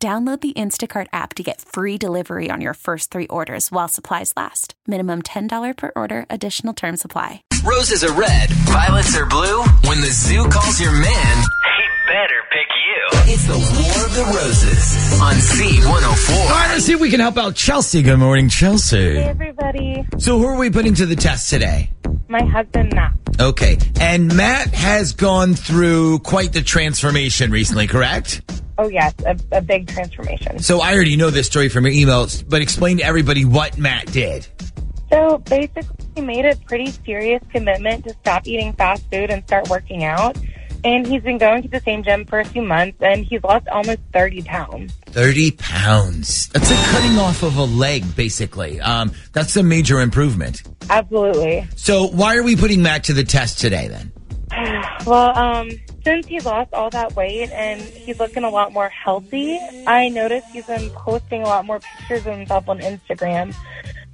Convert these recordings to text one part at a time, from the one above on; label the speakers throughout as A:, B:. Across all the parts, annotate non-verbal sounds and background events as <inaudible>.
A: Download the Instacart app to get free delivery on your first three orders while supplies last. Minimum $10 per order, additional term supply.
B: Roses are red, violets are blue. When the zoo calls your man,
C: He better pick you.
B: it's the War of the Roses on
D: All
B: C104.
D: right, let's see if we can help out Chelsea. Good morning, Chelsea.
E: everybody.
D: So, who are we putting to the test today?
E: My husband Matt.
D: Okay. And Matt has gone through quite the transformation recently, correct?
E: Oh yes, a, a big transformation.
D: So, I already know this story from your emails, but explain to everybody what Matt did.
E: So basically, he made a pretty serious commitment to stop eating fast food and start working out. And he's been going to the same gym for a few months, and he's lost almost thirty pounds.
D: 30 pounds. That's a cutting off of a leg, basically. Um, that's a major improvement.
E: Absolutely.
D: So, why are we putting Matt to the test today then?
E: Well, um, since he lost all that weight and he's looking a lot more healthy, I noticed he's been posting a lot more pictures of himself on Instagram.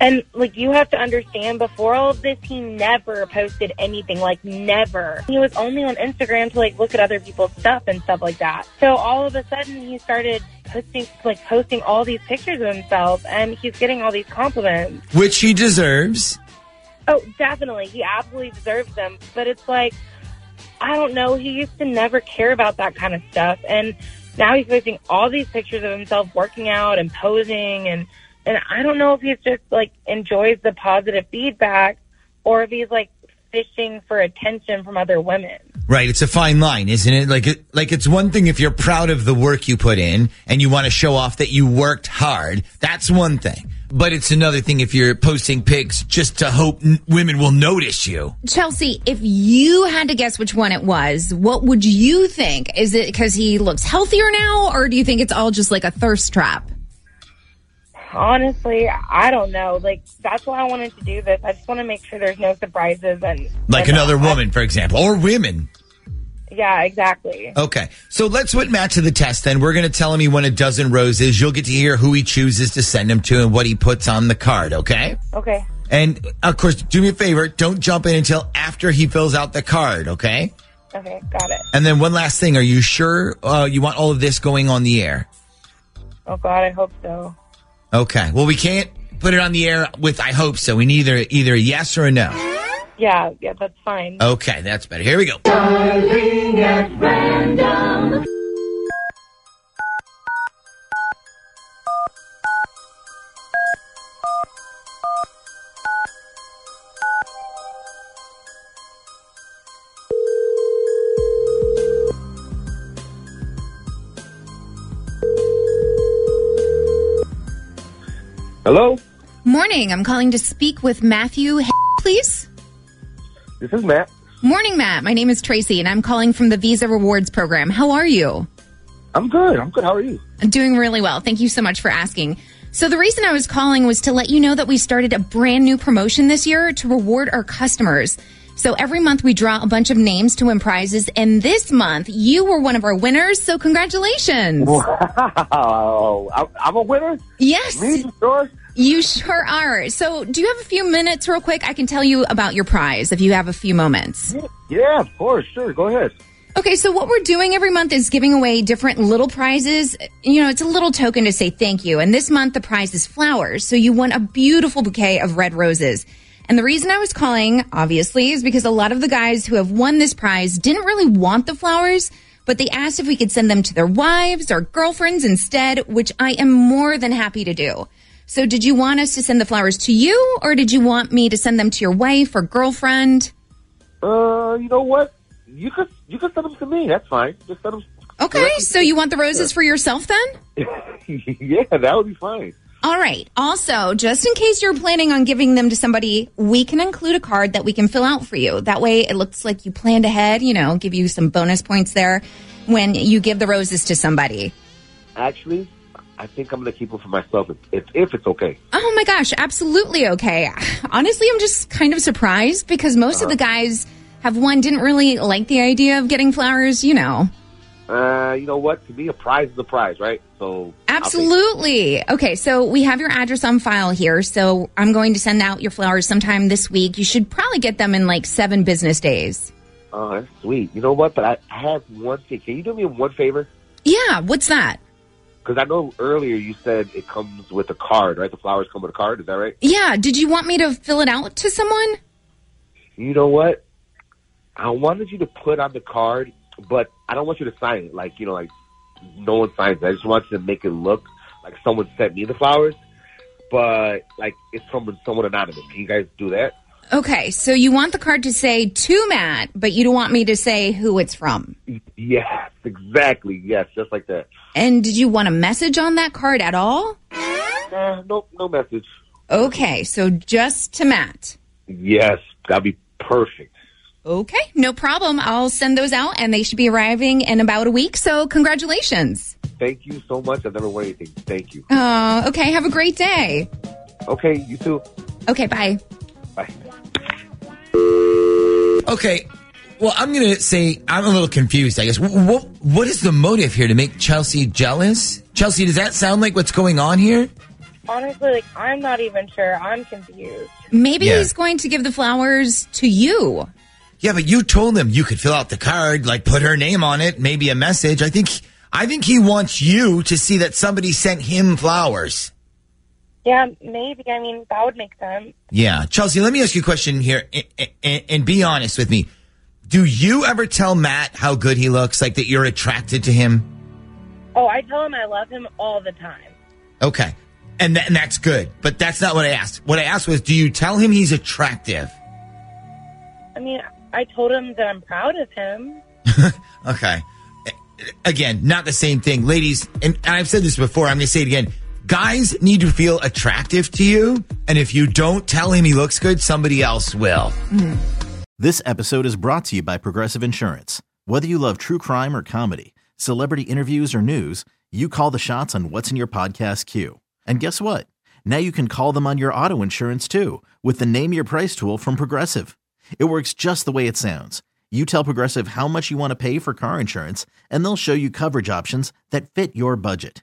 E: And like you have to understand, before all of this, he never posted anything. Like never. He was only on Instagram to like look at other people's stuff and stuff like that. So all of a sudden, he started posting like posting all these pictures of himself, and he's getting all these compliments.
D: Which he deserves.
E: Oh, definitely. He absolutely deserves them. But it's like, I don't know. He used to never care about that kind of stuff. And now he's posting all these pictures of himself working out and posing. And, and I don't know if he's just like enjoys the positive feedback or if he's like fishing for attention from other women.
D: Right, it's a fine line, isn't it? Like, it, like it's one thing if you're proud of the work you put in and you want to show off that you worked hard. That's one thing, but it's another thing if you're posting pics just to hope n- women will notice you.
F: Chelsea, if you had to guess which one it was, what would you think? Is it because he looks healthier now, or do you think it's all just like a thirst trap?
E: Honestly, I don't know. Like, that's why I wanted to do this. I just want to make sure there's no surprises. And
D: Like
E: and
D: another
E: I-
D: woman, for example, or women.
E: yeah, exactly.
D: Okay, so let's put Matt to the test. Then we're going to tell him he won a dozen roses. You'll get to hear who he chooses to send him to and what he puts on the card. Okay.
E: Okay.
D: And of course, do me a favor. Don't jump in until after he fills out the card. Okay.
E: Okay. Got it.
D: And then one last thing. Are you sure uh, you want all of this going on the air?
E: Oh, God, I hope so.
D: Okay. Well, we can't put it on the air with I hope so. We need either, either a yes or a no.
E: Yeah. Yeah, that's fine.
D: Okay. That's better. Here we go.
G: Hello,
F: Morning, I'm calling to speak with Matthew, H- please.
G: this is Matt.
F: Morning, Matt. My name is Tracy, and I'm calling from the Visa Rewards Program. How are you?
G: I'm good. I'm good. How are you?
F: I'm doing really well. Thank you so much for asking. So, the reason I was calling was to let you know that we started a brand new promotion this year to reward our customers. So, every month we draw a bunch of names to win prizes, and this month you were one of our winners. So, congratulations.
G: Wow, I- Oh, I'm a winner.
F: Yes,
G: Me, you sure.
F: you sure are. So, do you have a few minutes, real quick? I can tell you about your prize if you have a few moments.
G: Yeah, of course. Sure, go ahead.
F: Okay, so what we're doing every month is giving away different little prizes. You know, it's a little token to say thank you. And this month the prize is flowers. So you won a beautiful bouquet of red roses. And the reason I was calling, obviously, is because a lot of the guys who have won this prize didn't really want the flowers, but they asked if we could send them to their wives or girlfriends instead, which I am more than happy to do. So did you want us to send the flowers to you or did you want me to send them to your wife or girlfriend?
G: Uh, you know what? You could you could send them to me. That's fine. Just send them.
F: Okay, so you want the roses for yourself then?
G: <laughs> yeah, that would be fine.
F: All right. Also, just in case you're planning on giving them to somebody, we can include a card that we can fill out for you. That way it looks like you planned ahead, you know, give you some bonus points there when you give the roses to somebody.
G: Actually, I think I'm going to keep them for myself if, if, if it's okay.
F: Oh my gosh, absolutely okay. <sighs> Honestly, I'm just kind of surprised because most of the guys have one didn't really like the idea of getting flowers, you know.
G: Uh, you know what? To me, a prize is a prize, right? So I'll take it.
F: Absolutely. Okay, so we have your address on file here. So I'm going to send out your flowers sometime this week. You should probably get them in like seven business days.
G: Oh, that's sweet. You know what? But I, I have one thing. Can you do me one favor?
F: Yeah, what's that?
G: Because I know earlier you said it comes with a card, right? The flowers come with a card. Is that right?
F: Yeah, did you want me to fill it out to someone?
G: You know what? I wanted you to put on the card, but I don't want you to sign it. Like you know, like no one signs it. I just wanted to make it look like someone sent me the flowers, but like it's from someone anonymous. Can you guys do that?
F: Okay, so you want the card to say to Matt, but you don't want me to say who it's from.
G: Yes, exactly. Yes, just like that.
F: And did you want a message on that card at all?
G: Nah, no, Eh, no message.
F: Okay, so just to Matt.
G: Yes, that'd be perfect.
F: Okay, no problem. I'll send those out and they should be arriving in about a week. So, congratulations.
G: Thank you so much. I've never won anything. Thank you.
F: Uh, okay, have a great day.
G: Okay, you too.
F: Okay, bye.
G: Bye.
D: Okay. Well, I'm going to say I'm a little confused, I guess. What, what is the motive here to make Chelsea jealous? Chelsea, does that sound like what's going on here?
E: Honestly, like I'm not even sure. I'm confused.
F: Maybe
D: Yeah.
F: he's going to give the flowers to you.
D: Yeah, but you told him you could fill out the card, like put her name on it, maybe a message. I think I think he wants you to see that somebody sent him flowers.
E: Yeah, maybe. I mean, that would make sense.
D: Yeah, Chelsea, let me ask you a question here and, and, and be honest with me. Do you ever tell Matt how good he looks, like that you're attracted to him?
E: Oh, I tell him I love him all the time.
D: Okay. And, tha- and that's good, but that's not what I asked. What I asked was, do you tell him he's attractive? <laughs>
E: I mean, I told him that I'm proud of him.
D: Okay. Again, not the same thing. Ladies, and I've said this before, I'm going to say it again. Guys need to feel attractive to you. And if you don't tell him he looks good, somebody else will.
H: This episode is brought to you by Progressive Insurance. Whether you love true crime or comedy, celebrity interviews or news, you call the shots on what's in your podcast queue. And guess what? Now you can call them on your auto insurance too with the Name Your Price tool from Progressive. It works just the way it sounds. You tell Progressive how much you want to pay for car insurance, and they'll show you coverage options that fit your budget.